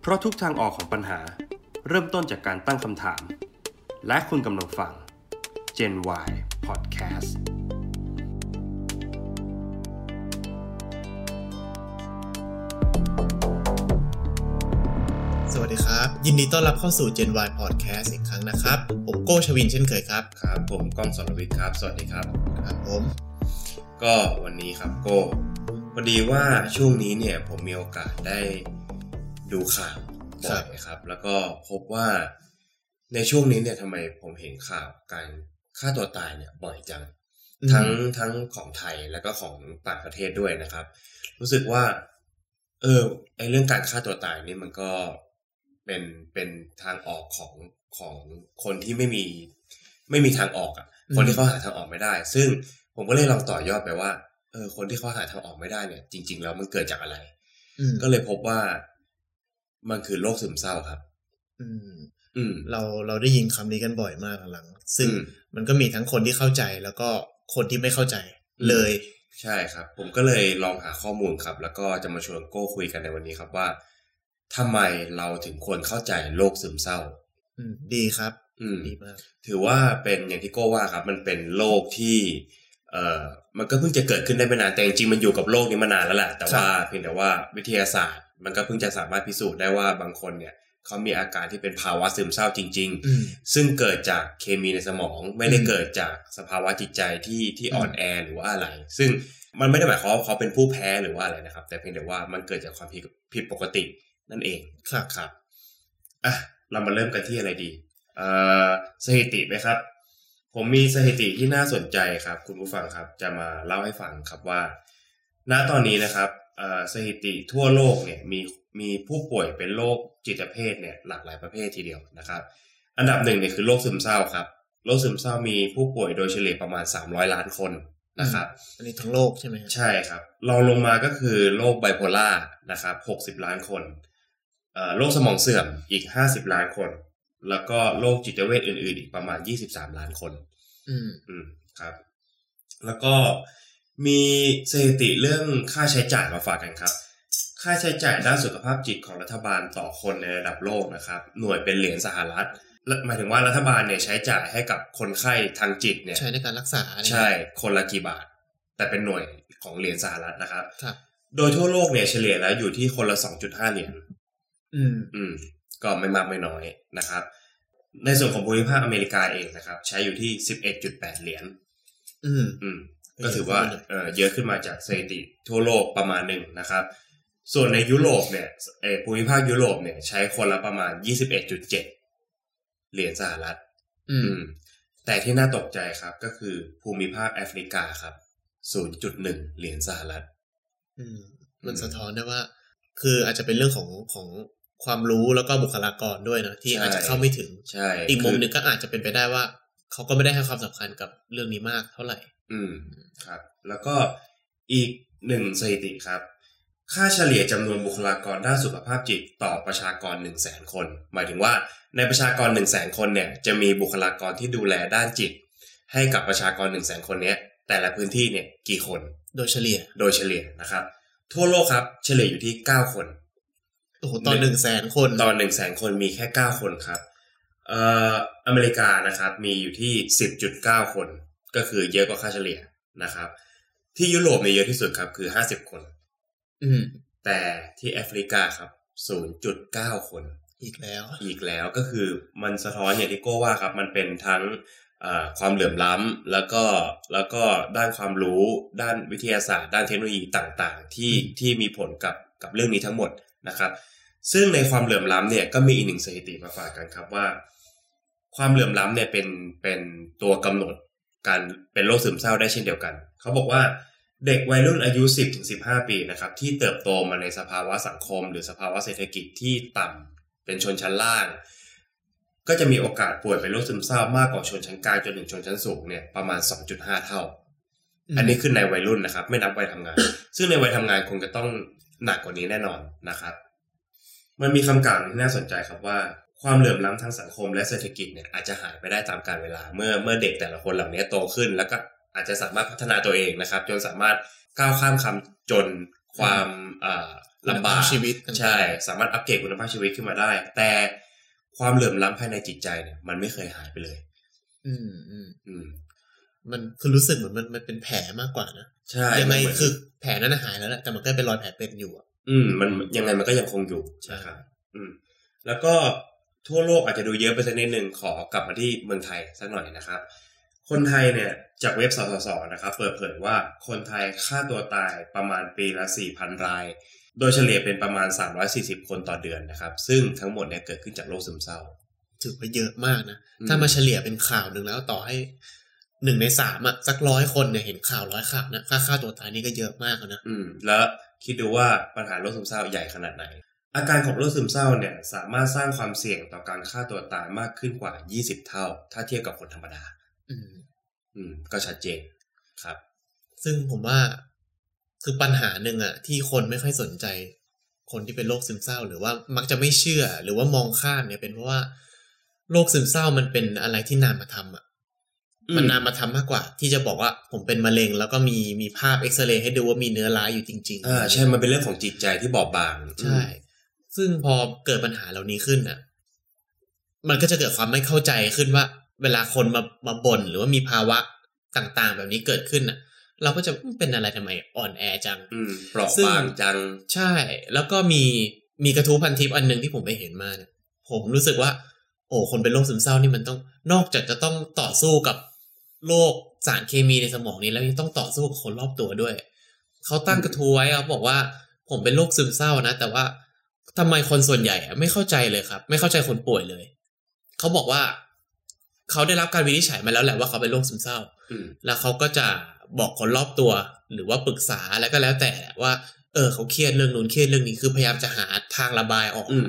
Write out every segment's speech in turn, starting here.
เพราะทุกทางออกของปัญหา เริ่มต้นจากการตั้งคำถาม และคุณกำลังฟัง Gen Y Podcast สวัสดีครับ ยินดีต้อนรับเข้าสู่ Gen Y Podcast อีกครั้งนะครับ ผมโก้ชวินเช่นเคยครับ ครับ ผมก้องสรวิทย์ครับ สวัสดีครับ ครับผม ก็วันนี้ครับโก้พอดีว่าช่วงนี้เนี่ยผมมีโอกาสได้ดูข่าวบ่อยครับ แล้วก็พบว่าในช่วงนี้เนี่ยทำไมผมเห็นข่าวการฆ่าตัวตายเนี่ยบ่อยจัง ทั้งทั้งของไทยแล้วก็ของต่างประเทศด้วยนะครับ รู้สึกว่า เออไอเรื่องการฆ่าตัวตายนี่มันก็เป็นเป็นทางออกของของคนที่ไม่มีไม่มีทางออกอะ่ะ คนที่เขาหาทางออกไม่ได้ ซึ่งผมก็เลยลองต่อยอดไปว่าเออคนที่เขาหาทางออกไม่ได้เนี่ย จริง ๆ แล้วมันเกิดจากอะไร อืม ก็เลยพบว่ามันคือโรคซึมเศร้าครับ อืม อืม เราเราได้ยินคำนี้กันบ่อยมากหลังๆซึ่ง อืม มันก็มีทั้งคนที่เข้าใจแล้วก็คนที่ไม่เข้าใจ อืม เลย ใช่ครับ ผมก็เลยลองหาข้อมูลครับ แล้วก็จะมาชวนโก้คุยกันในวันนี้ครับว่าทำไมเราถึงควรเข้าใจโรคซึมเศร้า อืมดีครับ อืม ดีมาก ถือว่าเป็นอย่างที่โก้ว่าครับ มันเป็นโรคที่เอ่อมันก็เพิ่งจะเกิดขึ้นได้ไม่นานแต่จริงๆมันอยู่กับโลกนี้มานานแล้วแหละแต่ว่าเพียงแต่ว่าวิทยาศาสตร์ มันก็เพิ่งจะสามารถพิสูจน์ได้ว่าบางคนเนี่ยเขามีอาการที่เป็นภาวะซึมเศร้าจริง อืม ๆ ซึ่งเกิดจากเคมีในสมองไม่ได้ อืม เกิดจากสภาวะจิตใจที่ที่ อืม อ่อนแอหรือว่าอะไร ซึ่งมันไม่ได้หมายความว่าเขาเป็นผู้แพ้หรือว่าอะไรนะครับ แต่เพียงแต่ว่ามันเกิดจากความผิดผิดปกตินั่นเอง ครับ ครับอ่ะเรามาเริ่มกันที่อะไรดีเอ่อสถิติไหมครับ ผมมีสถิติที่น่าสนใจครับ คุณผู้ฟังครับ จะมาเล่าให้ฟังครับว่า ณตอนนี้นะครับเอ่อสถิติทั่วโลกเนี่ยมีมีผู้ป่วยเป็นโรคจิตเภทเนี่ยหลากหลายประเภททีเดียวนะครับ อันดับหนึ่งเนี่ยคือโรคซึมเศร้าครับโรคซึมเศร้ามีผู้ป่วยโดยเฉลี่ยประมาณ 300 ล้านคนนะครับ อันนี้ทั้งโลกใช่ไหมครับ ใช่ครับรองลงมาก็คือโรคไบโพล่านะครับหกสิบ60 ล้านคนเอ่อโรคสมองเสื่อมอีกห้าสิบล้านคน แล้วก็โรคจิตเวชอื่นๆ อีกประมาณยี่สิบสามล้านคน อืม อืมครับ แล้วก็มีสถิติเรื่องค่าใช้จ่ายมาฝากกันครับ ค่าใช้จ่ายด้านสุขภาพจิตของรัฐบาลต่อคนในระดับโลกนะครับ หน่วยเป็นเหรียญสหรัฐและหมายถึงว่ารัฐบาลเนี่ยใช้จ่ายให้กับคนไข้ทางจิตเนี่ย ใช้ในการรักษาเนี่ย ใช่คนละกี่บาท แต่เป็นหน่วยของเหรียญสหรัฐนะครับ ครับ โดยทั่วโลกเนี่ยเฉลี่ยแล้วอยู่ที่คนละ 2.5 เหรียญ อืม อืม ก็ไม่มากไม่น้อยนะครับ ในส่วนของภูมิภาคอเมริกาเองนะครับ ใช้อยู่ที่ 11.8 เหรียญ อืม อืม ก็ถือว่าเอ่อเยอะขึ้นมาจากสถิติทั่วโลกประมาณหนึ่งนะครับ ส่วนในยุโรปเนี่ยเอ่อภูมิภาคยุโรปเนี่ยใช้คนละประมาณ 21.7 เหรียญสหรัฐ อื อื ม มแต่ที่น่าตกใจครับก็คือภูมิภาคแอฟริกาครับ 0.1 เหรียญสหรัฐ อืม มันสะท้อนได้ว่า คืออาจจะเป็นเรื่องของของความรู้แล้วก็บุคลากรด้วยนะที่ ใช่ อาจจะเข้าไม่ถึง ใช่ อีกมุม คื หนึ่งก็อาจจะเป็นไปได้ว่า เขาก็ไม่ได้ให้ความสำคัญกับเรื่องนี้มากเท่าไหร่ อืมครับ แล้วก็อีกหนึ่งสถิติครับ ค่าเฉลี่ยจำนวนบุคลากรด้านสุขภาพจิตต่อประชากร 1 0 0 0 0แสนคน หมายถึงว่าในประชากร 1 0 0 0 0แสนคนเนี่ยจะมีบุคลากรที่ดูแลด้านจิต ให้กับประชากร 1 0 0 0 0แสนคนเนี้ยแต่ละพื้นที่เนี่ยกี่คน โดยเฉลี่ย โดยเฉลี่ยนะครับ ทั่วโลกครับเฉลี่ยอยู่ที่ 9 คน โอ้โหตอนหนึ่งแสนคน ตอนหนึ่งแสนคนมีแค่เก้าคนครับ เอ่ออเมริกานะครับ มีอยู่ที่สิบจุดเก้าคน ก็คือเยอะกว่าค่าเฉลี่ยนะครับ ที่ยุโรปมีเยอะที่สุดครับคือห้าสิบคน อืม แต่ที่แอฟริกาครับศูนย์จุดเก้าคน อีกแล้ว อีกแล้วก็คือมันสะท้อนอย่างที่โก้ว่าครับ มันเป็นทั้งเอ่อความเหลื่อมล้ำแล้วก็แล้วก็ด้านความรู้ด้านวิทยาศาสตร์ ด้านเทคโนโลยีต่างๆ ที่ อืม ที่มีผลกับกับเรื่องนี้ทั้งหมดนะครับ ซึ่งในความเหลื่อมล้ำเนี่ยก็มีอีกหนึ่งสถิติมาฝากกันครับว่า ความเหลื่อมล้ำเนี่ยเป็นเป็นตัวกำหนดการเป็นโรคซึมเศร้าได้เช่นเดียวกัน เขาบอกว่าเด็กวัยรุ่นอายุ 10-15 ปีนะครับที่เติบโตมาในสภาวะสังคม หรือสภาวะเศรษฐกิจที่ต่ำเป็นชนชั้นล่าง ก็จะมีโอกาสป่วยเป็นโรคซึมเศร้ามากกว่าชนชั้นกลางจนถึงชนชั้นสูงเนี่ยประมาณ 2.5 เท่า ม อันนี้คือในวัยรุ่นนะครับ ไม่นับวัยทำงาน ซึ่งในวัยทำงานคงจะต้องหนักกว่านี้แน่นอนนะครับ มันมีคำกล่าวที่น่าสนใจครับว่าความเหลื่อมล้ำทางสังคมและเศรษฐกิจเนี่ยอาจจะหายไปได้ตามกาลเวลาเมื่อเมื่อเด็กแต่ละคนเหล่านี้โตขึ้น แล้วก็อาจจะสามารถพัฒนาตัวเองนะครับ จนสามารถก้าวข้ามคำจน ความอ่าลำบาก คุณภาพชีวิตต่างๆ ใช่ สามารถอัปเกรดคุณภาพชีวิตขึ้นมาได้ แต่ความเหลื่อมล้ำภายในจิตใจเนี่ยมันไม่เคยหายไปเลย อืมอืม อืม มันคือรู้สึกเหมือนมันมันเป็นแผลมากกว่านะ ใช่ ยังไง มันเหมืน คือแผลนั้นน่ะหายแล้วแหละแต่มันก็เป็นรอยแผลเป็นอยู่อะ อืมมันยังไงมันก็ยังคงอยู่ ใช่ นะครับอืม แล้วก็ทั่วโลกอาจจะดูเยอะไปสักนิดหนึ่งขอกลับมาที่เมืองไทยสักหน่อยนะครับ คนไทยเนี่ยจากเว็บสสสนะครับ เปิดเผยว่าคนไทยฆ่าตัวตายประมาณปีละ 4,000 ราย โดยเฉลี่ยเป็นประมาณ 340 คนต่อเดือนนะครับ ซึ่งทั้งหมดเนี่ยเกิดขึ้นจากโรคซึมเศร้า ถือว่าเยอะมากนะ อืม ถ้ามาเฉลี่ยเป็นข่าวหนึ่งแล้วต่อให้หนึ่งในสามอะสักร้อยคนเนี่ยเห็นข่าวร้อยข่าวนะค่าค่าตัวตายนี่ก็เยอะมากแล้วนะ อืมแล้วคิดดูว่าปัญหาโรคซึมเศร้าใหญ่ขนาดไหน อาการของโรคซึมเศร้าเนี่ยสามารถสร้างความเสี่ยงต่อการฆ่าตัวตายมากขึ้นกว่า 20 เท่า ถ้าเทียบกับคนธรรมดา อืม อืม ก็ชัดเจนครับ ซึ่งผมว่าคือปัญหาหนึ่งอะที่คนไม่ค่อยสนใจ คนที่เป็นโรคซึมเศร้า หรือว่ามักจะไม่เชื่อ หรือว่ามองข้ามเนี่ยเป็นเพราะว่าโรคซึมเศร้ามันเป็นอะไรที่นามธรรมอะ อืม มันนามธรรมมากกว่า ที่จะบอกว่าผมเป็นมะเร็ง แล้วก็มีมีภาพเอ็กซเรย์ให้ดูว่ามีเนื้อร้ายอยู่จริงๆ อ่าใช่มันเป็นเรื่องของจิตใจที่บอบบาง ใช่ ซึ่งพอเกิดปัญหาเหล่านี้ขึ้นอ่ะ มันก็จะเกิดความไม่เข้าใจขึ้นว่า เวลาคนมามาบ่นหรือว่ามีภาวะต่างๆ แบบนี้เกิดขึ้นอ่ะ เราก็จะอืมเป็นอะไรทำไมอ่อนแอจัง อืมเปราะ ซึ่ง บางจัง ใช่ แล้วก็มีมีกระทู้พันทิปอันหนึ่งที่ผมไปเห็นมาเนี่ย ผมรู้สึกว่า โอ้คนเป็นโรคซึมเศร้านี่มันต้องนอกจากจะต้องต่อสู้กับโรคสารเคมีในสมองนี้แล้วยังต้องต่อสู้กับคนรอบตัวด้วย เขาตั้งกระทู้ไว้เขาบอกว่า ผมเป็นโรคซึมเศร้านะ แต่ว่าทำไมคนส่วนใหญ่อะไม่เข้าใจเลยครับ ไม่เข้าใจคนป่วยเลย เขาบอกว่า เขาได้รับการวินิจฉัยมาแล้วแหละว่าเขาเป็นโรคซึมเศร้า อืม แล้วเขาก็จะบอกคนรอบตัวหรือว่าปรึกษาแล้วก็แล้วแต่แหละว่า เออเขาเครียดเรื่องนู้นเครียดเรื่องนี้คือพยายามจะหาทางระบายออก อืม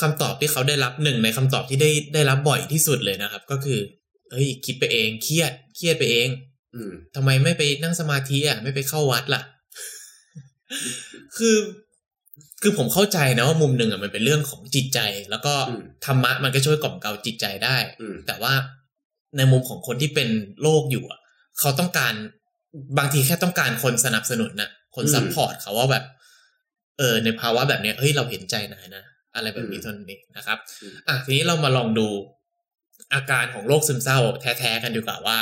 คำตอบที่เขาได้รับหนึ่งในคำตอบที่ได้ได้รับบ่อยที่สุดเลยนะครับ ก็คือเฮ้ยคิดไปเองเครียดเครียดไปเอง อืม ทำไมไม่ไปนั่งสมาธิอ่ะไม่ไปเข้าวัดล่ะ คือ คือผมเข้าใจนะว่ามุมหนึ่งอ่ะมันเป็นเรื่องของจิตใจ แล้วก็ อืม ธรรมะมันก็ช่วยกล่อมเกลาจิตใจได้ อืม แต่ว่าในมุมของคนที่เป็นโรคอยู่อะเขาต้องการบางทีแค่ต้องการคนสนับสนุนน่ะ คน อืม ซัพพอร์ตเขาว่าแบบ เออ ในภาวะแบบเนี้ยเฮ้ยเราเห็นใจนายนะ อะไรแบบนี้ อืม เทานนเองนะครับ อืม อ่ะทีนี้เรามาลองดูอาการของโรคซึมเศร้า แท้ๆกันดีกว่าว่า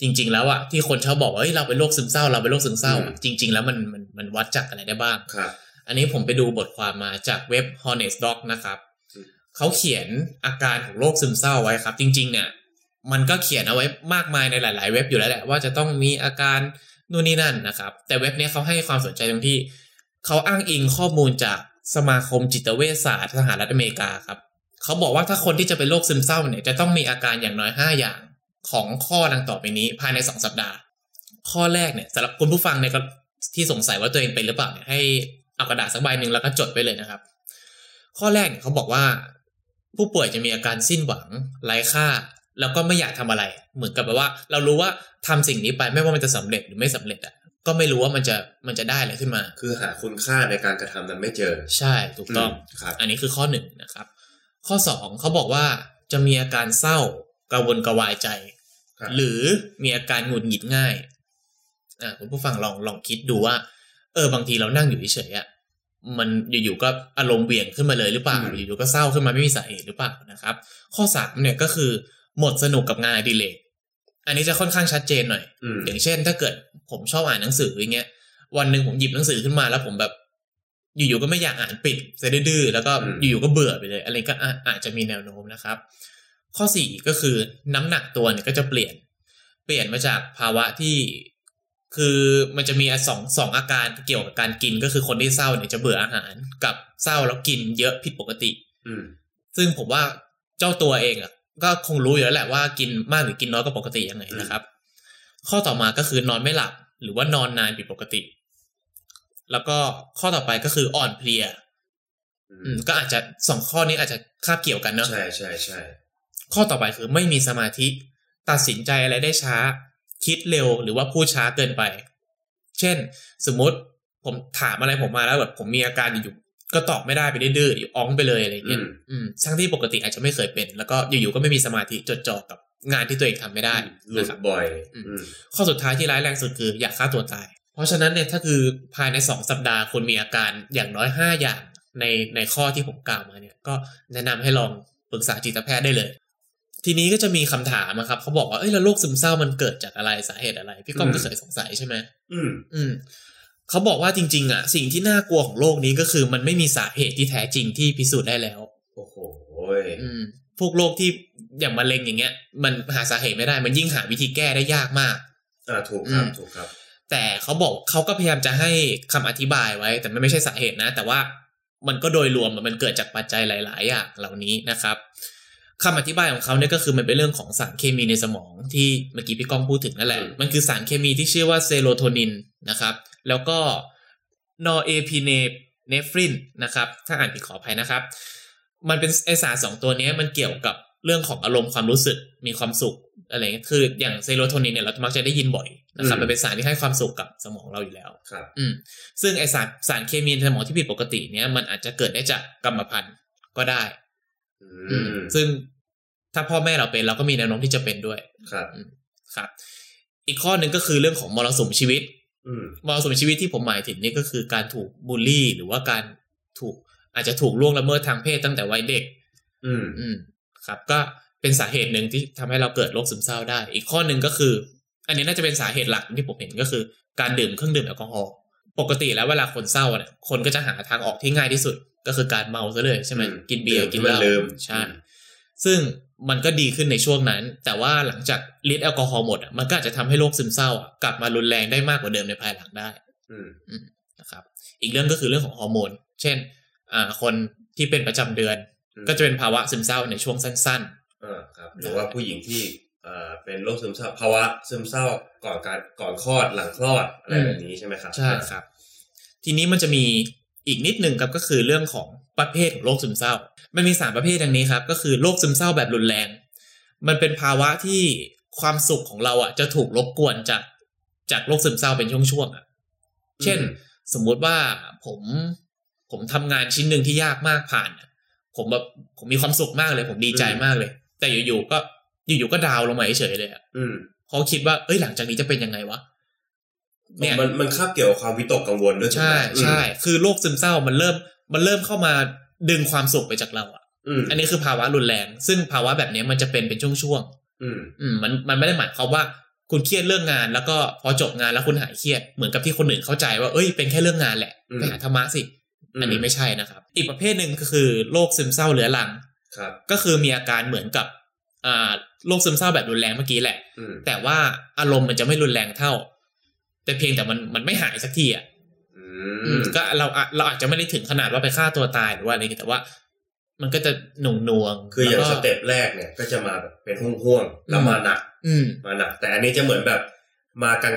จริง ๆ แล้วอะที่คนชอบบอกว่าเฮ้ยเราเป็นโรคซึมเศร้า เราเป็นโรคซึมเศร้าอะจริง ๆ แล้วมันมันมันวัดจากอะไรได้บ้าง ครับ อันนี้ผมไปดูบทความมาจากเว็บ Honest Doc นะครับ อืม เขาเขียนอาการของโรคซึมเศร้าไว้ครับ จริง ๆ เนี่ย มันก็เขียนเอาไว้มากมายในหลาย ๆ เว็บอยู่แล้วแหละว่าจะต้องมีอาการนู่นนี่นั่นนะครับ แต่เว็บเนี้ยเขาให้ความสนใจตรงที่ เขาอ้างอิงข้อมูลจากสมาคมจิตเวชศาสตร์สหรัฐอเมริกาครับ เขาบอกว่าถ้าคนที่จะเป็นโรคซึมเศร้าเนี่ยจะต้องมีอาการอย่างน้อย 5 อย่างของข้อดังต่อไปนี้ภายใน 2 สัปดาห์ ข้อแรกเนี่ยสำหรับคุณผู้ฟังเนี่ยก็ที่สงสัยว่าตัวเองเป็นหรือเปล่าเนี่ยให้เอากระดาษสักใบหนึ่งแล้วก็จดไว้เลยนะครับ ข้อแรกเนี่ยเขาบอกว่า ผู้ป่วยจะมีอาการสิ้นหวังไร้ค่า แล้วก็ไม่อยากทำอะไร เหมือนกับแบบว่า เรารู้ว่าทำสิ่งนี้ไปไม่ว่ามันจะสำเร็จหรือไม่สำเร็จอ่ะก็ไม่รู้ว่ามันจะมันจะได้อะไรขึ้นมา คือหาคุณค่าในการกระทำนั้นไม่เจอ ใช่ถูกต้อง มครับ อันนี้คือข้อหนึ่งนะครับ ข้อสองเขาบอกว่าจะมีอาการเศร้ากระวนกระวายใจ ครับ หรือมีอาการหงุดหงิดง่ายอ่าคุณผู้ฟังลองลองคิดดูว่า เออบางทีเรานั่งอยู่เฉยๆอะมันอยู่ๆก็อารมณ์เบี่ยงขึ้นมาเลยหรือเปล่า อืม อยู่ๆก็เศร้าขึ้นมาไม่มีสาเหตุหรือเปล่านะครับ ข้อสามเนี่ยก็คือหมดสนุกกับงานอดิเลกอันนี้จะค่อนข้างชัดเจนหน่อย อืม อย่างเช่น ถ้าเกิดผมชอบอ่านหนังสืออย่างเงี้ยวันหนึ่งผมหยิบหนังสือขึ้นมาแล้วผมแบบ อยู่ๆก็ไม่อยากอ่านปิดเสียดื้อๆแล้วก็ อืม อยู่ๆก็เบื่อไปเลย อะไรก็อาอาจจะมีแนวโน้มนะครับ ข้อสี่ก็คือน้ำหนักตัวเนี่ยก็จะเปลี่ยน เปลี่ยนมาจากภาวะที่คือมันจะมีอ่ะสองสองอาการเกี่ยวกับการกินก็คือคนที่เศร้าเนี่ยจะเบื่ออาหารกับเศร้าแล้วกินเยอะผิดปกติ อืม ซึ่งผมว่าเจ้าตัวเองอะก็คงรู้อยู่แล้วแหละว่ากินมากหรือกินน้อยก็ปกติยังไงนะครับ ข้อต่อมาก็คือนอนไม่หลับ หรือว่านอนนานผิดปกติ แล้วก็ข้อต่อไปก็คืออ่อนเพลีย อืมก็อาจจะสองข้อนี้อาจจะคาบเกี่ยวกันเนอะ ใช่ใช่ใช่ ข้อต่อไปคือไม่มีสมาธิ ตัดสินใจอะไรได้ช้า คิดเร็วหรือว่าพูดช้าเกินไป เช่น สมมติผมถามอะไรผมมาแล้วแบบผมมีอาการอยู่ๆก็ตอบไม่ได้ไปดื้อๆอยู่อ้องไปเลยอะไรอย่าง อื เงี้ย ม อืมทั้งที่ปกติอาจจะไม่เคยเป็น แล้วก็อยู่ๆก็ไม่มีสมาธิจดจ่อกับงานที่ตัวเองทำไม่ได้ หลุดนะครับ บ่อย อืม อืม ข้อสุดท้ายที่ร้ายแรงสุดคืออยากฆ่าตัวตาย พ ราะฉะนั้นเนี่ยถ้าคือภายในสองสัปดาห์คุณมีอาการอย่างน้อยห้าอย่างในในข้อที่ผมกล่าวมาเนี่ย ก็แนะนำให้ลองปรึกษาจิตแพทย์ได้เลย ทีนี้ก็จะมีคำถามอะครับเขาบอกว่าเอ้ยแล้วโรคซึมเศร้ามันเกิดจากอะไรสาเหตุอะไร พี่ก้อง อืม ก็เคยสงสัยใช่ไหม อืม อืมเขาบอกว่าจริง ๆ อ่ะ สิ่งที่น่ากลัวของโลกนี้ก็คือ มันไม่มีสาเหตุที่แท้จริงที่พิสูจน์ได้แล้ว โอ้โหย อืม พวกโรคที่อย่างมะเร็งอย่างเงี้ย มันหาสาเหตุไม่ได้ มันยิ่งหาวิธีแก้ได้ยากมาก อ่าถูกครับ อืม ถูกครับ แต่เขาบอกเขาก็พยายามจะให้คำอธิบายไว้ แต่มันไม่ใช่สาเหตุนะ แต่ว่ามันก็โดยรวมอะมันเกิดจากปัจจัยหลาย ๆ อย่างเหล่านี้นะครับคำอธิบายของเขาเนี่ยก็คือมันเป็นเรื่องของสารเคมีในสมองที่เมื่อกี้พี่ก้องพูดถึงนั่นแหละ อืม มันคือสารเคมีที่ชื่อว่าเซโรโทนินนะครับ แล้วก็นอเอพิเนเนฟรินนะครับ ถ้าอ่านผิดขออภัยนะครับ มันเป็นไอสารสองตัวเนี้ยมันเกี่ยวกับเรื่องของอารมณ์ความรู้สึกมีความสุขอะไรเงี้ยคืออย่างเซโรโทนินเนี่ยเรามักจะได้ยินบ่อยนะครับ อืม มันเป็นสารที่ให้ความสุขกับสมองเราอยู่แล้ว ครับ อืม ซึ่งไอสารสารเคมีในสมองที่ผิดปกติเนี่ยมันอาจจะเกิดได้จากกรรมพันธุ์ก็ได้ อืม ซึ่งถ้าพ่อแม่เราเป็นเราก็มีแนวโน้มที่จะเป็นด้วย ครับ ครับ อีกข้อหนึ่งก็คือเรื่องของมรสุมชีวิต อืม มรสุมชีวิตที่ผมหมายถึงนี่ก็คือการถูกบูลลี่ หรือว่าการถูกอาจจะถูกล่วงละเมิดทางเพศตั้งแต่วัยเด็ก อืม อืมครับก็เป็นสาเหตุหนึ่งที่ทำให้เราเกิดโรคซึมเศร้าได้ อีกข้อหนึ่งก็คือ อันนี้น่าจะเป็นสาเหตุหลักที่ผมเห็นก็คือ การดื่มเครื่องดื่มแอลกอฮอล์ปกติแล้วเวลาคนเศร้าเนี่ยคนก็จะหาทางออกที่ง่ายที่สุด ก็คือการเมาซะเลยใช่ไหมกินเบียร์กินเหล้า เริ่ม ใช่ ซึ่งมันก็ดีขึ้นในช่วงนั้น แต่ว่าหลังจากฤทธิ์แอลกอฮอล์หมดอะมันก็อาจจะทำให้โรคซึมเศร้าอะกลับมารุนแรงได้มากกว่าเดิมในภายหลังได้ อืม นะครับอีกเรื่องก็คือเรื่องของฮอร์โมน เช่นอ่าคนที่เป็นประจำเดือน อืม ก็จะเป็นภาวะซึมเศร้าในช่วงสั้น อ่าครับ หรือว่าผู้หญิงที่เอ่อเป็นโรคซึมเศร้าภาวะซึมเศร้าก่อนการก่อนคลอดหลังคลอดอะไร อืม แบบนี้ใช่ไหมครับ ๆ ใช่ครับ ทีนี้มันจะมีอีกนิดหนึ่งครับก็คือเรื่องของประเภทของโรคซึมเศร้า มันมีสามประเภทดังนี้ครับ ก็คือโรคซึมเศร้าแบบรุนแรง มันเป็นภาวะที่ความสุขของเราอ่ะจะถูกรบกวนจากจากโรคซึมเศร้าเป็นช่วงๆอ่ะ เช่น สมมุติว่าผมผมทำงานชิ้นหนึ่งที่ยากมากผ่านอะผมแบบผมมีความสุขมากเลย ผมดีใจมากเลย แต่อยู่ๆก็อยู่ๆก็ดาวน์ลงมาเฉยๆเลยอะ อืม เขาคิดว่าเอ้ยหลังจากนี้จะเป็นยังไงวะเนี่ย มันมันคาบเกี่ยวกับความวิตกกังวลด้วย ใช่ ไหม ใช่คือโรคซึมเศร้ามันเริ่มมันเริ่มเข้ามาดึงความสุขไปจากเราอะ อืม อันนี้คือภาวะรุนแรง ซึ่งภาวะแบบเนี้ยมันจะเป็นเป็นช่วงๆ อืม อืมมันมันไม่ได้หมายความว่าคุณเครียดเรื่องงาน แล้วก็พอจบงานแล้วคุณหายเครียดเหมือนกับที่คนอื่นเข้าใจว่าเอ้ยเป็นแค่เรื่องงานแหละไปหาธรรมะสิ ม อันนี้ไม่ใช่นะครับ อีกประเภทหนึ่งก็คือโรคซึมเศร้าเรื้อรัง ครับ ก็คือมีอาการเหมือนกับอ่าโรคซึมเศร้าแบบรุนแรงเมื่อกี้แหละ อืม แต่ว่าอารมณ์มันจะไม่รุนแรงเท่า แต่เพียงแต่มันมันไม่หายสักทีอ่ะ อื อื ม มก็เราอะเราอาจจะไม่ได้ถึงขนาดว่าไปฆ่าตัวตายหรือว่าอะไรอย่างเงี้ยแต่ว่า มันก็จะหน่วงหน่วงๆ คืออย่าง แล้ว ส ก็ เต็ปแรกเนี่ย ก็จะมาแบบเป็นห่วงๆแล้ว อืม มาหนัก อืม มาหนัก แต่อันนี้จะเหมือนแบบมากลาง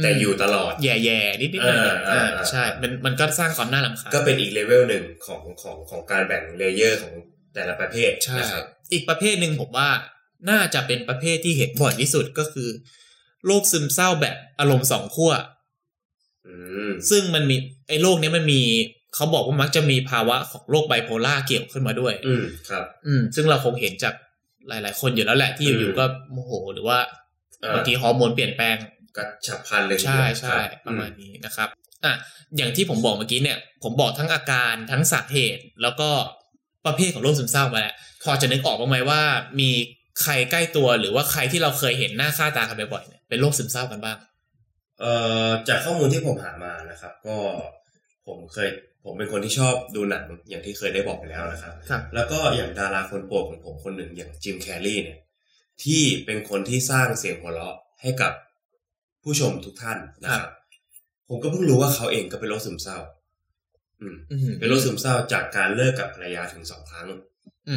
ๆม แต่อยู่ตลอด แย่ๆนิดๆหน่อยๆอ่าใช่ มันมันก็สร้างความน่ารำคาญ ก็เป็นอีกเลเวลหนึ่งของของของการแบ่งเลเยอร์ของแต่ละประเภท ใช่ นะครับ อีกประเภทหนึ่งผมว่าน่าจะเป็นประเภทที่เห็นบ่อยที่สุดก็คือโรคซึมเศร้าแบบอารมณ์สองขั้ว อืม ซึ่งมันมีไอ้โรคเนี้ยมันมีเขาบอกว่ามักจะมีภาวะของโรคไบโพล่าเกี่ยวขึ้นมาด้วย อืมครับ อืม ซึ่งเราคงเห็นจากหลาย ๆ คนอยู่แล้วแหละที่อยู่ อืม ๆก็โมโหหรือว่า เอ่อบ างทีฮอร์โมนเปลี่ยนแปลง กระฉับพลันเลยที ใช่ เดียว ใช่ ครับ ประมาณนี้นะครับอ่ะอย่างที่ผมบอกเมื่อกี้เนี่ย ผมบอกทั้งอาการทั้งสาเหตุ แล้วก็ประเภทของโรคซึมเศร้ามาแล้วพอจะนึกออกบ้างไหมว่า มีใครใกล้ตัวหรือว่าใครที่เราเคยเห็นหน้าค่าตากันบ่อยๆเนี่ยเป็นโรคซึมเศร้ากันบ้าง เอ่อจากข้อมูลที่ผมหามานะครับ ก็ผมเคยผมเป็นคนที่ชอบดูหนังอย่างที่เคยได้บอกไปแล้วนะครับ ครับ แล้วก็อย่างดาราคนโปรดของผมคนหนึ่งอย่างจิมแคร์รีเนี่ย ที่เป็นคนที่สร้างเสียงหัวเราะให้กับผู้ชมทุกท่านนะครับ ผมก็เพิ่งรู้ว่าเขาเองก็เป็นโรคซึมเศร้า อืม เป็นโรคซึมเศร้าจากการเลิกกับภรรยาถึงสองครั้ง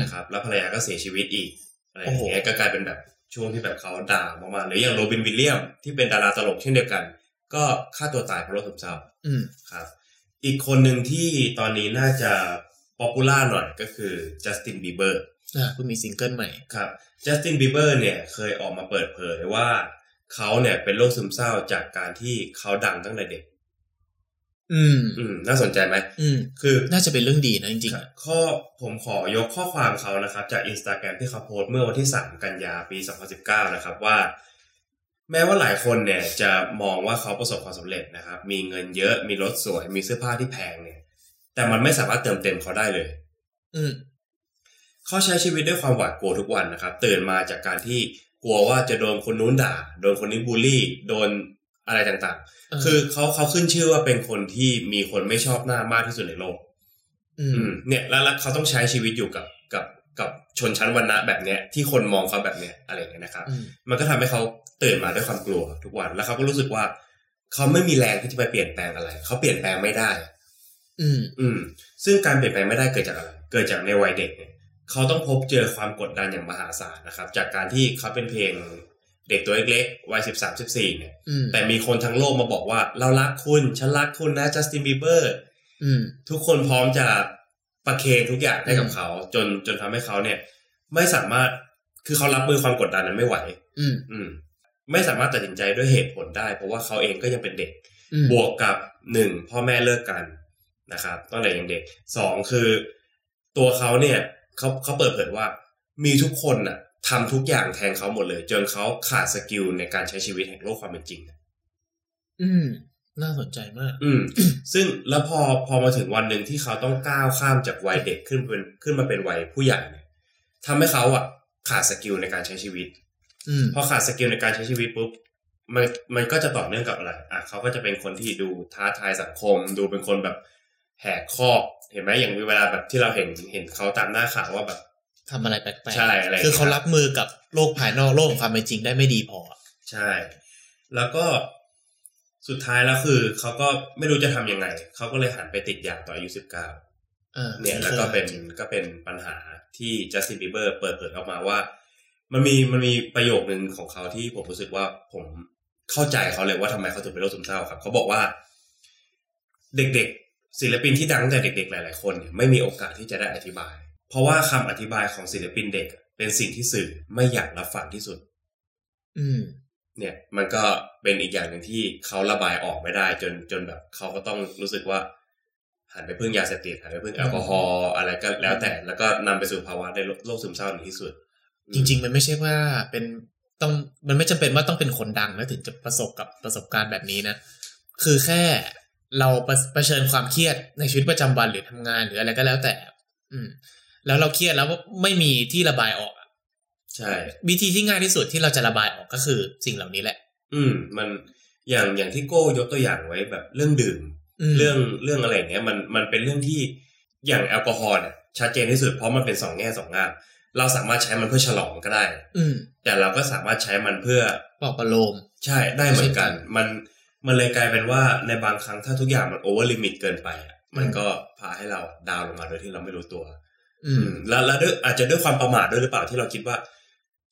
นะครับ แล้วภรรยาก็เสียชีวิตอีกอะไรอย่างเงี้ โอ้ ย โห ก็กลายเป็นแบบช่วงที่แบบเขาด่างมากๆหรืออย่างโรบินวิลเลียมที่เป็นดาราตลกเช่นเดียวกัน ก็ฆ่าตัวตายเพราะโรคซึมเศร้า อืม ครับ อีกคนหนึ่งที่ตอนนี้น่าจะป๊อปปูล่าหน่อยก็คือจัสตินบีเบอร์ อ่ะเพิ่งมีซิงเกิลใหม่ ครับจัสตินบีเบอร์เนี่ยเคยออกมาเปิดเผยว่าเขาเนี่ยเป็นโรคซึมเศร้าจากการที่เขาดังตั้งแต่เด็ก อืม อืม น่าสนใจไหม อืม คือ น่าจะเป็นเรื่องดีนะจริงๆ ครั อ่ะ บข้อผมขอยกข้อความเขานะครับ จากอินสตาแกรมที่เขาโพสต์เมื่อวันที่ 3 กันยาปี 2019 นะครับว่า แม้ว่าหลายคนเนี่ยจะมองว่าเขาประสบความสำเร็จนะครับ มีเงินเยอะมีรถสวย มีเสื้อผ้าที่แพงเนี่ย แต่มันไม่สามารถเติมเต็มเขาได้เลย อืม เขาใช้ชีวิตด้วยความหวาดกลัวทุกวันนะครับ ตื่นมาจากการที่กลัวว่าจะโดนคนนู้นด่า โดนคนนี้บูลลี่ โดนอะไรต่าง เออ ๆ คือเขาเขาขึ้นชื่อว่าเป็นคนที่มีคนไม่ชอบหน้ามากที่สุดในโลก อื อื ม มเนี่ยแล้วแล้วเขาต้องใช้ชีวิตอยู่กับกับกับชนชั้นวรรณะแบบเนี้ยที่คนมองเขาแบบเนี้ยอะไรอย่างเงี้ยนะครับ อืม มันก็ทำให้เขาตื่นมาด้วยความกลัวทุกวัน แล้วเขาก็รู้สึกว่าเขาไม่มีแรงที่จะไปเปลี่ยนแปลงอะไร เขาเปลี่ยนแปลงไม่ได้ อืม อืม ซึ่งการเปลี่ยนแปลงไม่ได้เกิดจากอะไร เกิดจากในวัยเด็กเนี่ย เขาต้องพบเจอความกดดันอย่างมหาศาลนะครับ จากการที่เขาเป็นเพียงเด็กตัวเล็กๆ วัยสิบสามสิบสี่เนี่ย อืม แต่มีคนทั้งโลกมาบอกว่า เรารักคุณ ฉันรักคุณนะจัสตินบีเบอร์ อืม ทุกคนพร้อมจะประเคนทุกอย่างให้กับเขา จนจนทำให้เขาเนี่ย ไม่สามารถ คือเขารับมือความกดดันนั้นไม่ไหว อืม อืม ไม่สามารถตัดสินใจด้วยเหตุผลได้ เพราะว่าเขาเองก็ยังเป็นเด็ก อืม บวกกับหนึ่งพ่อแม่เลิกกันนะครับตั้งแต่ยังเด็กสองคือตัวเขาเนี่ยเขาเขาเปิดเผยว่า มีทุกคนน่ะทำทุกอย่างแทนเขาหมดเลย จนเขาขาดสกิลในการใช้ชีวิตแห่งโลกความเป็นจริงอะ อืม น่าสนใจมาก อืม ซึ่งแล้วพอพอมาถึงวันหนึ่งที่เขาต้องก้าวข้ามจากวัยเด็กขึ้นเป็นขึ้นมาเป็นวัยผู้ใหญ่เนี่ยทำให้เขาอ่ะขาดสกิลในการใช้ชีวิต อืม พอขาดสกิลในการใช้ชีวิตปุ๊บมันมันก็จะต่อเนื่องกับอะไรอ่ะเขาก็จะเป็นคนที่ดูท้าทายสังคม ดูเป็นคนแบบแหกข้อกเห็นไหมอย่างเวลาแบบที่เราเห็นเห็นเขาตามหน้าข่าวว่าแบบ ทำอะไรแปลกๆ ใช่อะไร คือเขารับมือกับโลกภายนอกโลกของความเป็นจริงได้ไม่ดีพอ ใช่ แล้วก็สุดท้ายแล้วคือเขาก็ไม่รู้จะทำยังไงเขาก็เลยหันไปติดยาต่ออายุสิบเก้า อ่า เนี่ยแล้วก็เป็นก็เป็นปัญหาที่จัสตินบีเบอร์เปิดเผยออกมาว่า มันมีมันมีประโยคนึงของเขาที่ผมรู้สึกว่าผมเข้าใจเขาเลยว่าทำไมเขาถึงเป็นโรคซึมเศร้าครับ เขาบอกว่า เด็กๆ ศิลปินที่ดังตั้งแต่เด็ก ๆ หลาย ๆ คนเนี่ยไม่มีโอกาสที่จะได้อธิบาย เพราะว่าคำอธิบายของศิลปินเด็ก เป็นสิ่งที่สื่อไม่อยากรับฟังที่สุด อืม เนี่ยมันก็เป็นอีกอย่างหนึ่งที่เขาระบายออกไม่ได้ จนจนแบบเขาก็ต้องรู้สึกว่า หันไปพึ่งยาเสพติดหันไปพึ่งแอลกอฮอล์อะไรก็แล้วแต่ แล้วก็นำไปสู่ภาวะในโรโรคซึมเศร้าในที่สุด จริง ๆ มันไม่ใช่ว่าเป็นต้องมันไม่จำเป็นว่าต้องเป็นคนดังนะถึงจะประสบกับประสบการณ์แบบนี้นะ คือแค่เราประเผชิญความเครียดในชีวิตประจำวันหรือทำงานหรืออะไรก็แล้วแต่ อืม แล้วเราเครียดแล้วไม่มีที่ระบายออกอะ ใช่ วิธีที่ง่ายที่สุดที่เราจะระบายออกก็คือสิ่งเหล่านี้แหละ อืม มันอย่างอย่างที่โก้ยกตัวอย่างไว้แบบเรื่องดื่ม อืม เรื่องเรื่องอะไรอย่างเงี้ยมันมันเป็นเรื่องที่อย่างแอลกอฮอล์เนี่ยชัดเจนที่สุดเพราะมันเป็นสองแง่สองงามเราสามารถใช้มันเพื่อฉลองก็ได้ อืม แต่เราก็สามารถใช้มันเพื่อ ปลอบประโลม ใช่ได้เหมือนกัน ใช่ มันมันเลยกลายเป็นว่าในบางครั้งถ้าทุกอย่างมันโอเวอร์ลิมิตเกินไปอะมัน อืม ก็พาให้เราดาวน์ลงมาโดยที่เราไม่รู้ตัว อืม แล้วแล้วด้วยอาจจะด้วยความประมาทด้วยหรือเปล่าที่เราคิดว่า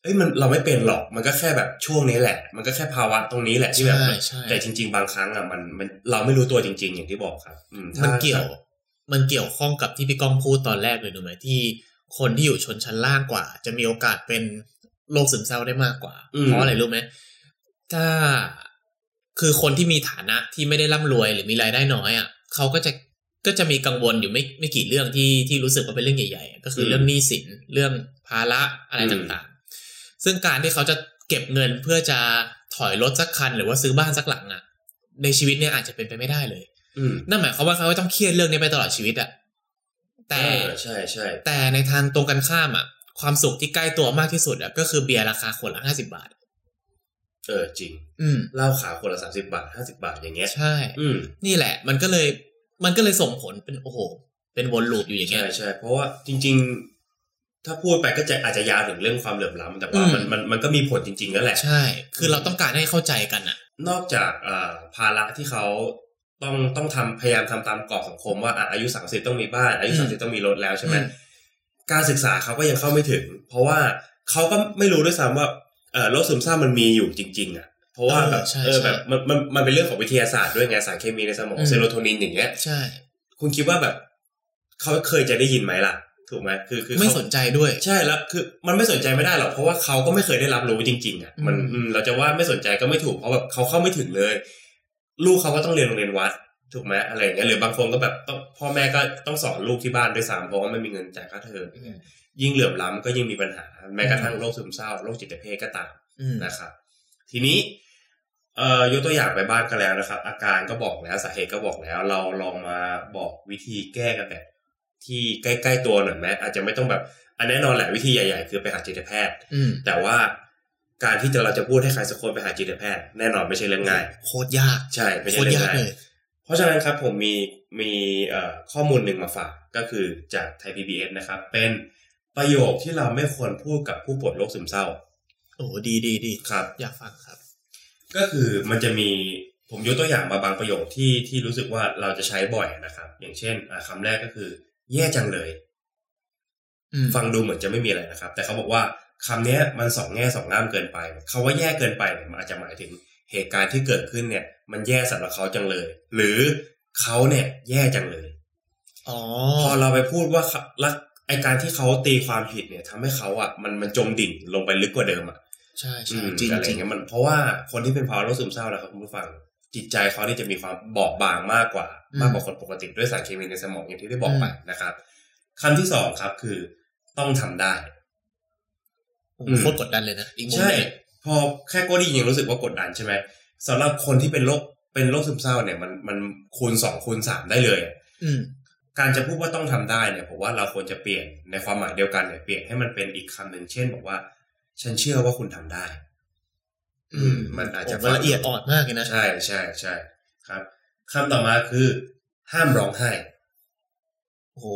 เอ้ยมันเราไม่เป็นหรอกมันก็แค่แบบช่วงนี้แหละ มันก็แค่ภาวะตรงนี้แหละที่แบบ ใช่ใช่ แต่จริง ๆ บางครั้งอ่ะมันมันเราไม่รู้ตัวจริง ๆ อย่างที่บอกครับอืถ้า มันเกี่ยว มันเกี่ยวข้องกับที่พี่ก้องพูดตอนแรกเลยดูไหมที่คนที่อยู่ชนชั้นล่างกว่า จะมีโอกาสเป็นโรคซึมเศร้าได้มากกว่า เพราะอะไรรู้ไหมถ้าคือคนที่มีฐานะที่ไม่ได้ร่ำรวยหรือมีรายได้น้อยอ่ะเขาก็จะก็จะมีกังวลอยู่ไม่ไม่กี่เรื่องที่ที่รู้สึกว่าเป็นเรื่องใหญ่ๆอ่ะก็คือเรื่องหนี้สินเรื่องภาระอะไรต่างๆ ซึ่งการที่เขาจะเก็บเงินเพื่อจะถอยรถสักคัน หรือว่าซื้อบ้านสักหลังอ่ะ ในชีวิตเนี่ยอาจจะเป็นไปไม่ได้เลย อืม นั่นหมายความว่าเขาก็ต้องเครียดเรื่องนี้ไปตลอดชีวิตอะแต่ เออใช่ใช่ แต่ในทางตรงกันข้ามอะความสุขที่ใกล้ตัวมากที่สุดอะก็คือเบียร์ราคาขวดละห้าสิบาท เออจริง อืม เหล้าขาวคนละสามสิบาทห้าสิบาทอย่างเงี้ย ใช่ อืม นี่แหละ มันก็เลย มันก็เลยส่งผลเป็นโอ้โห เป็นวนลูปอยู่อย่างเงี้ ใช่ ย ใช่เพราะว่าจริง ๆ ถ้าพูดไปก็จะอาจจะยาวถึงเรื่องความเหลื่อมล้ำแต่ว่า อืม มันมันมันก็มีผลจริงๆแล้วแหละ ใช่ คือเราต้องการให้เข้าใจกันอะ นอกจากอ่าภาระที่เขาต้องต้องทำพยายามทำตามกรอบสังคมว่าอ่ะอายุสามสิบต้องมีบ้าน อายุสามสิบต้องมีรถแล้วใช่ไหมการศึกษาเขาก็ยังเข้าไม่ถึง เพราะว่าเขาก็ไม่รู้ด้วยซ้ำว่าเอ่อโรคซึมเศร้ามันมีอยู่จริง ๆอ่ะเพราะว่าแบบ ใช่ เออ ใช่ แบบมันมันมันเป็นเรื่องของวิทยาศาสตร์ด้วยไงสารเคมีในสมอง อืม เซโรโทนินอย่างเงี้ย ใช่ คุณคิดว่าแบบเขาเคยจะได้ยินไหมล่ะ ถูกไหมคือคือ ไม่ เขา สนใจด้วย ใช่แล้วคือมันไม่สนใจไม่ได้หรอกเพราะว่าเขาก็ไม่เคยได้รับรู้จริงๆอ่ะมัน อืม อืมเราจะว่าไม่สนใจก็ไม่ถูกเพราะแบบเขาเข้าไม่ถึงเลย ลูกเขาก็ต้องเรียนโรงเรียนวัด ถูกไหมอะไรอย่างเงี้ยหรือบางคนก็แบบต้องพ่อแม่ก็ต้องสอนลูกที่บ้านด้วยซ้ำเพราะว่าไม่มีเงินจ่ายค่าเทอม อืม ยิ่งเหลื่อมล้ำก็ยิ่งมีปัญหา แม้กระทั่ง อืม โรคซึมเศร้าโรคจิตเภทก็ตาม อืม นะครับทีนี้ เอ่อยกตัวอย่างไปบ้างก็แล้วนะครับ อาการก็บอกแล้วสาเหตุก็บอกแล้ว เราลองมาบอกวิธีแก้กันแบบที่ใกล้ๆตัวหน่อยไหมอาจจะไม่ต้องแบบอันแน่นอนแหละวิธีใหญ่ๆ คือไปหาจิตแพทย์ อืม แต่ว่าการที่จะเราจะพูดให้ใครสักคนไปหาจิตแพทย์แน่นอนไม่ใช่เรื่องง่าย โคตรยาก ใช่ไม่ โค ใช่ ตเรื่อยราง ก ง่าย เลย เพราะฉะนั้นครับผมมีมีเอ่อข้อมูลหนึ่งมาฝากก็คือจากไทย PBS นะครับ เป็นประโยคที่เราไม่ควรพูดกับผู้ป่วยโรคซึมเศร้า โอ้ดีดีดี ครับ อยากฟังครับ ก็คือมันจะมีผมยกตัวอย่างมาบางประโยคที่ที่รู้สึกว่าเราจะใช้บ่อยนะครับ อย่างเช่นอ่ะคำแรกก็คือ แย่จังเลย อืม ฟังดูเหมือนจะไม่มีอะไรนะครับ แต่เขาบอกว่าคำเนี้ยมันสองแง่สองงามเกินไปคาว่าแย่เกินไปเนี่ยมันอาจจะหมายถึงเหตุการณ์ที่เกิดขึ้นเนี่ย มันแย่สำหรับเขาจังเลย หรือเขาเนี่ยแย่จังเลย อ๋อ พอเราไปพูดว่าเขาลักไอการที่เขาตีความผิดเนี่ยทำให้เขาอ่ะมันมันจมดิ่งลงไปลึกกว่าเดิมอ่ะ ใช่ อื ใช่ ม จริง อะไรอ จริ ย่าง งเงี้ยมันเพราะว่าคนที่เป็นภาวะโรคซึมเศร้านะครับคุณผู้ฟัง จิตใจเขานี่จะมีความบอบบางมากกว่า มากกว่าคนปกติด้วยสารเคมีในสมองอย่างที่ได้บอกไปนะครับคำที่สองครับคือต้องทำได้ โอ้ อืม โคตรกดดันเลยนะอีกมุมห ใช่ นึ่ง พอแค่โกดียังรู้สึกว่ากดดันใช่ไหมสำหรับคนที่เป็นโรคเป็นโรคซึมเศร้าเนี่ยมันมันคูณสองคูณสามได้เลยอะ อืม การจะพูดว่าต้องทำได้เนี่ยผมว่าเราควรจะเปลี่ยนในความหมายเดียวกันเนี่ยเปลี่ยนให้มันเป็นอีกคำหนึ่งเช่นบอกว่า ฉันเชื่อว่าคุณทำได้ อืม มันอาจจะ โมันละเอียดอ่อนมากเลยนะ ใช่ใช่ใช่ครับคำต่อมาคือ ห้ามร้องไห้ โอ้โห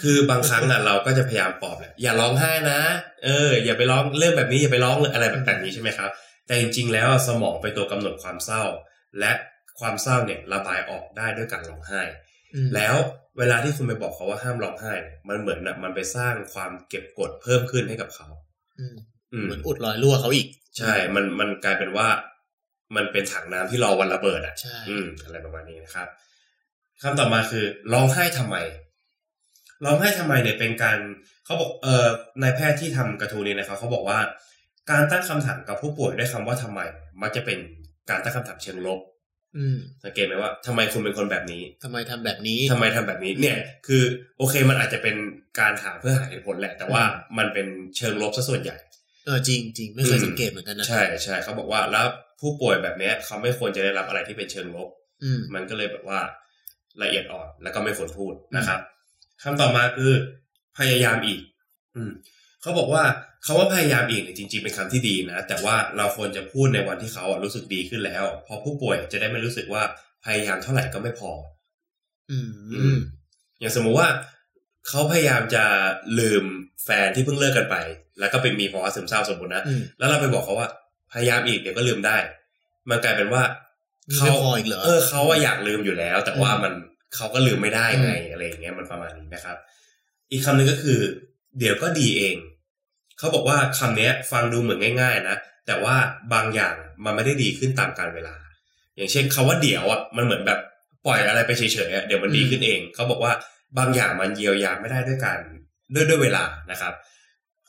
คือบางครั้งอ่ะเราก็จะพยายามปลอบแหละอย่าร้องไห้นะเออ อย่าไปร้องเรื่องแบบนี้อย่าไปร้องเลยอะไรแบบแบบนี้ใช่ไหมครับ แต่จริงๆแล้วสมองเป็นตัวกำหนดความเศร้า และความเศร้าเนี่ยระบายออกได้ด้วยการร้องไห้ อืม แล้วเวลาที่คุณไปบอกเขาว่าห้ามร้องไห้เนี่ยมันเหมือนอ่ะมันไปสร้างความเก็บกดเพิ่มขึ้นให้กับเขา อืม อืม เหมือนอุดรอยรั่วเขาอีก ใช่ มันมันกลายเป็นว่า มันเป็นถังน้ำที่รอวันระเบิดอ่ะ ใช่ อืมอะไรประมาณนี้นะครับคำต่อมาคือร้องไห้ทำไมร้องไห้ทำไมเนี่ยเป็นการเขาบอกเอ่อนายแพทย์ที่ทำกระทู้นี้นะครับเขาบอกว่า การตั้งคำถามกับผู้ป่วยด้วยคำว่าทำไม มักจะเป็นการตั้งคำถามเชิงลบ อืม สังเกตไหมว่าทำไมคุณเป็นคนแบบนี้ ทำไมทำแบบนี้ ทำไมทำแบบนี้ เนี่ย คือโอเคมันอาจจะเป็นการถามเพื่อหาเหตุผลแหละ แต่ว่ามันเป็นเชิงลบซะส่วนใหญ่ เออจริงจริงไม่เคย อืม สังเกตเหมือนกันนะ ใช่ใช่เขาบอกว่าแล้วผู้ป่วยแบบเนี้ยเขาไม่ควรจะได้รับอะไรที่เป็นเชิงลบ อืม มันก็เลยแบบว่าละเอียดอ่อนแล้วก็ไม่ควรพูดนะครับคำต่อมาคือ พยายามอีก อืมเขาบอกว่าเขาว่าพยายามอีกเนี่ยจริงๆเป็นคำที่ดีนะ แต่ว่าเราควรจะพูดในวันที่เขาอ่ะรู้สึกดีขึ้นแล้วเพอผู้ป่วยจะได้ไม่รู้สึกว่าพยายามเท่าไหร่ก็ไม่พอ อืม อืม อย่างสมมุติว่าเขาพยายามจะลืมแฟนที่เพิ่งเลิกกันไป แล้วก็ไปมีภาวะซึมเศร้าสมมตินะ อืม แล้วเราไปบอกเขาว่า พยายามอีกเดี๋ยวก็ลืมได้ มันกลายเป็นว่าเขา ไม่พออีกเหรอ เออเขาอะอยากลืมอยู่แล้ว แต่ว่า อืม มันเขาก็ลืมไม่ได้ไงอะไรอย่างเงี้ยมันประมาณนี้นะครับ อีกคำหนึ่งก็คือ เดี๋ยวก็ดีเอง เขาบอกว่าคำเนี้ย ฟังดูเหมือนง่าย ๆ นะแต่ว่าบางอย่างมันไม่ได้ดีขึ้นตามการเวลา อย่างเช่นคำว่าเดี๋ยวอ่ะมันเหมือนแบบปล่อยอะไรไปเฉยๆอะเดี๋ยวมันดี อืม ขึ้นเอง เขาบอกว่าบางอย่างมันเยียวยาไม่ได้ด้วยการด้วยด้วยเวลานะครับ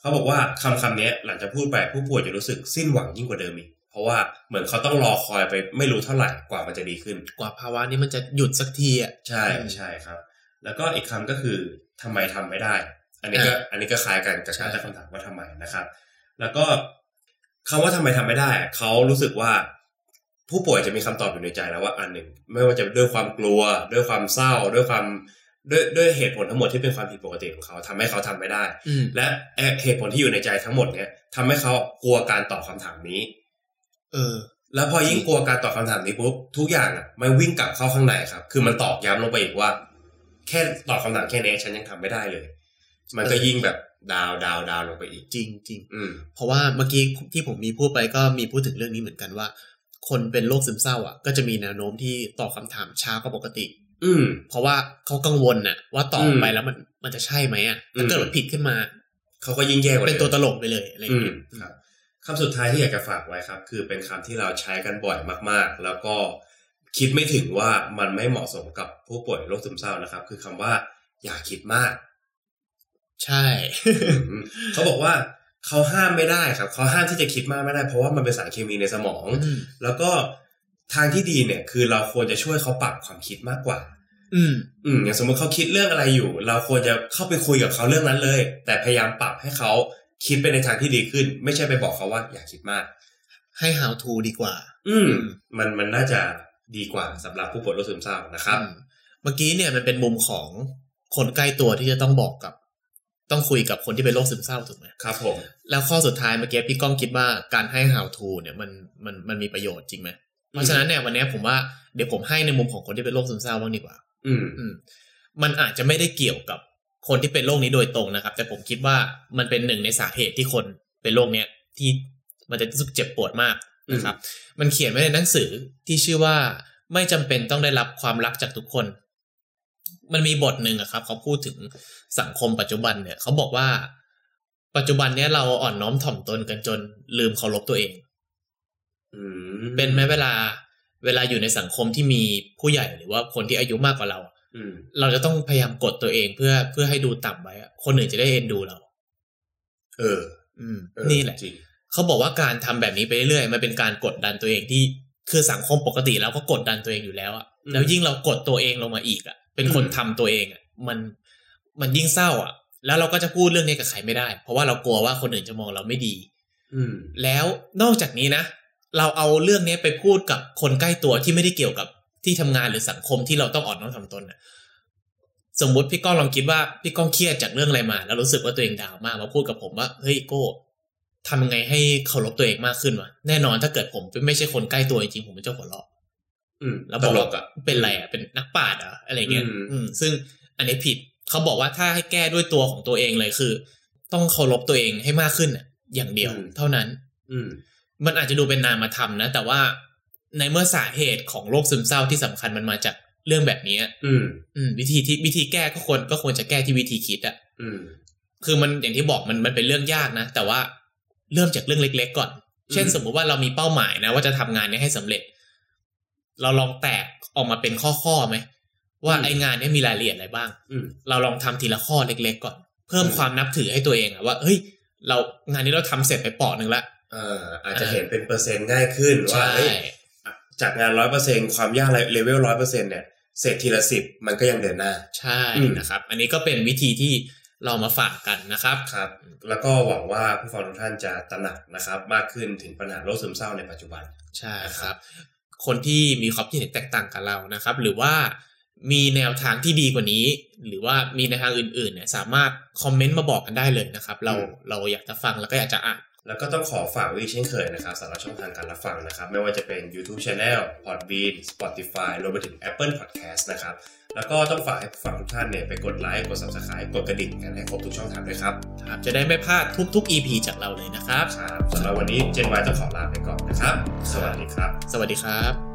เขาบอกว่าคำคำเนี้ยหลังจากพูดไปผู้ป่วยจะรู้สึกสิ้นหวังยิ่งกว่าเดิมอีกเพราะว่าเหมือนเขาต้องรอคอยไปไม่รู้เท่าไหร่กว่ามันจะดีขึ้น กว่าภาวะนี้มันจะหยุดสักทีอ่ะ ใช่ อืม ใช่ครับ แล้วก็อีกคำก็คือทำไมทำไม่ได้ อันนี้ก็ อ่ะ อันนี้ก็คล้ายกันกับ ใช่ การตั้งคำถามว่าทำไมนะครับ แล้วก็คำว่าทำไมทำไม่ได้ เขารู้สึกว่า ผู้ป่วยจะมีคำตอบอยู่ในใจแล้วว่าอันหนึ่ง ไม่ว่าจะด้วยความกลัว ด้วยความเศร้า ด้วยความด้วยด้วยเหตุผลทั้งหมดที่เป็นความผิดปกติของเขาทำให้เขาทำไม่ได้ อืม และเอ่อเหตุผลที่อยู่ในใจทั้งหมดเนี่ยทำให้เขากลัวการตอบคำถามนี้ เออ แล้วพอยิ่งกลัวการตอบคำถามนี้ปุ๊บทุกอย่างอ่ะมันวิ่งกลับเข้าข้างในครับ คือมันตอกย้ำลงไปอีกว่า แค่ตอบคำถามแค่นี้ฉันยังทำไม่ได้เลย มันก็ยิ่งแบบดาวดาวดาวลงไปอีก จริงจริง อืม เพราะว่าเมื่อกี้ที่ผมมีพูดไปก็มีพูดถึงเรื่องนี้เหมือนกันว่า คนเป็นโรคซึมเศร้าอ่ะ ก็จะมีแนวโน้มที่ตอบคำถามช้ากว่าปกติ อืม เพราะว่าเขากังวลน่ะ ว่าตอบ อืม ไปแล้วมันมันจะใช่ไหมอ่ะถ้าเกิด อืม มันผิดขึ้นมา เขาก็ยิ่งแย่กว่า เป็นตัวต ดิม ลกไปเลยอะไรออืย่าง ม เงี้ย ครับคำสุดท้ายที่อยากจะฝากไว้ครับ คือเป็นคำที่เราใช้กันบ่อยมากๆ แล้วก็คิดไม่ถึงว่ามันไม่เหมาะสมกับผู้ป่วยโรคซึมเศร้านะครับ คือคำว่า อย่าคิดมาก ใช่ อืมเขาบอกว่าเขาห้ามไม่ได้ครับเขาห้ามที่จะคิดมากไม่ได้เพราะว่ามันเป็นสารเคมีในสมอง อืม แล้วก็ทางที่ดีเนี่ยคือเราควรจะช่วยเขาปรับความคิดมากกว่า อืม อืมอย่างสมมติเขาคิดเรื่องอะไรอยู่ เราควรจะเข้าไปคุยกับเขาเรื่องนั้นเลย แต่พยายามปรับให้เขาคิดไปในทางที่ดีขึ้น ไม่ใช่ไปบอกเขาว่าอย่าคิดมาก ให้ how to ดีกว่า อืม มันมันน่าจะดีกว่าสำหรับผู้ป่วยโรคซึมเศร้านะครับ อืมเมื่อกี้เนี่ยมันเป็นมุมของคนใกล้ตัวที่จะต้องบอกกับ ต้องคุยกับคนที่เป็นโรคซึมเศร้าถูกไหม ครับผม แล้วข้อสุดท้ายเมื่อกี้พี่ก้องคิดว่าการให้ how to เนี่ยมันมันมันมีประโยชน์จริงไหมเพราะฉะนั้นเนี่ยวันนี้ผมว่าเดี๋ยวผมให้ในมุมของคนที่เป็นโรคซึมเศร้าบ้างดีกว่า อืม อืมมันอาจจะไม่ได้เกี่ยวกับคนที่เป็นโรคนี้โดยตรงนะครับ แต่ผมคิดว่ามันเป็นหนึ่งในสาเหตุที่คนเป็นโรคเนี้ยที่มันจะรู้สึกเจ็บปวดมากนะครับ มันเขียนไว้ในหนังสือที่ชื่อว่าไม่จำเป็นต้องได้รับความรักจากทุกคน มันมีบทหนึ่งอะครับ เขาพูดถึงสังคมปัจจุบันเนี่ย เขาบอกว่าปัจจุบันเนี้ยเราอ่อนน้อมถ่อมตนกันจนลืมเคารพตัวเอง อืม เป็นไหมเวลาเวลาอยู่ในสังคมที่มีผู้ใหญ่หรือว่าคนที่อายุมากกว่าเรา อืม เราจะต้องพยายามกดตัวเองเพื่อเพื่อให้ดูต่ำไว้อะคนอื่นจะได้เอ็นดูเรา เออ อืม เออ นี่แหละ จริง เขาบอกว่าการทำแบบนี้ไปเรื่อยๆมันเป็นการกดดันตัวเองที่คือสังคมปกติเราก็กดดันตัวเองอยู่แล้วอะแล้วยิ่งเรากดตัวเองลงมาอีกอะเป็นคนทำตัวเองอะมันมันยิ่งเศร้าอะแล้วเราก็จะพูดเรื่องนี้กับใครไม่ได้ เพราะว่าเรากลัวว่าคนอื่นจะมองเราไม่ดี อืม แล้วนอกจากนี้นะ เราเอาเรื่องนี้ไปพูดกับคนใกล้ตัวที่ไม่ได้เกี่ยวกับที่ทำงานหรือสังคมที่เราต้องอ่อนน้อมถ่อมตนน่ะสมมติพี่ก้องลองคิดว่าพี่ก้องเครียดจากเรื่องอะไรมา แล้วรู้สึกว่าตัวเองดาวมากมาพูดกับผมว่าเฮ้ยโก้ทำยังไงให้เคารพตัวเองมากขึ้นวะแน่นอนถ้าเกิดผมไม่ใช่คนใกล้ตัวจริงๆผมเป็นเจ้าหัวเราะ อืม แล้วบอก ตล ว่าก อ่ะ เป็นอะไรอ่ะเป็นนักปราชญ์เหรอ่ะอะไรเงี้ย อืม อืม ซึ่งอันนี้ผิดเขาบอกว่าถ้าให้แก้ด้วยตัวของตัวเองเลยคือ ต้องเคารพตัวเองให้มากขึ้นน่ะอย่างเดียว เท่านั้น อืม มันอาจจะดูเป็นนามธรรมนะ แต่ว่าในเมื่อสาเหตุของโรคซึมเศร้าที่สำคัญมันมาจากเรื่องแบบนี้ อืม อืมวิธีที่วิธีแก้ก็ควรก็ควรจะแก้ที่วิธีคิดอะ อืม คือมันอย่างที่บอกมันมันเป็นเรื่องยากนะ แต่ว่าเริ่มจากเรื่องเล็ก ๆ ก่อน เช่น อืม สมมุติว่าเรามีเป้าหมายนะ ว่าจะทำงานเนี้ให้สำเร็จ เราลองแตกออกมาเป็นข้อๆไหมว่าไองานเนี้มีรายละเอียดอะไรบ้าง อืม เราลองทำทีละข้อเล็ก ๆ ก่อน เพิ่ม อืม ความนับถือให้ตัวเองอะว่าเฮ้ย เรางานนี้เราทำเสร็จไปเปอหนึ่งละ เอ่ออาจจะ เออ เห็นเป็นเปอร์เซ็นต์ง่ายขึ้นว่า ใช่ เฮ้ยจากงานร้อยเปอร์เซ็นความยากเลเวลร้อยเปอร์เซ็นเนี่ยเศษทีละสิบมันก็ยังเดินหน้า ใช่ อืม นะครับ อันนี้ก็เป็นวิธีที่เรามาฝากกันนะครับ ครับ แล้วก็หวังว่าผู้ฟังทุกท่านจะตระหนักนะครับ มากขึ้นถึงปัญหาโรคซึมเศร้าในปัจจุบัน ใช่ครับ คนที่มีความคิดเห็นแตกต่างกับเรานะครับ หรือว่ามีแนวทางที่ดีกว่านี้ หรือว่ามีแนวทางอื่นๆเนี่ยสามารถคอมเมนต์มาบอกกันได้เลยนะครับ เรา อืม เราอยากจะฟังแล้วก็อยากจะอ่าน แล้วก็ต้องขอฝากไว้อีกเช่นเคยนะครับสำหรับช่องทางการรับฟังนะครับ ไม่ว่าจะเป็น YouTube Channel Podbean Spotify รวมไปถึง Apple Podcast นะครับ แล้วก็ต้องฝากให้ผู้ฟังทุกท่านเนี่ยไปกดไลค์กด Subscribe กดกระดิ่งกันให้ครบทุกช่องทางด้วยครับ ครับ จะได้ไม่พลาดทุกๆ EP จากเราเลยนะครับ ครับสำหรับวันนี้เจนไวต้องขอลาไปก่อนนะครับ สวัสดีครับ สวัสดีครับ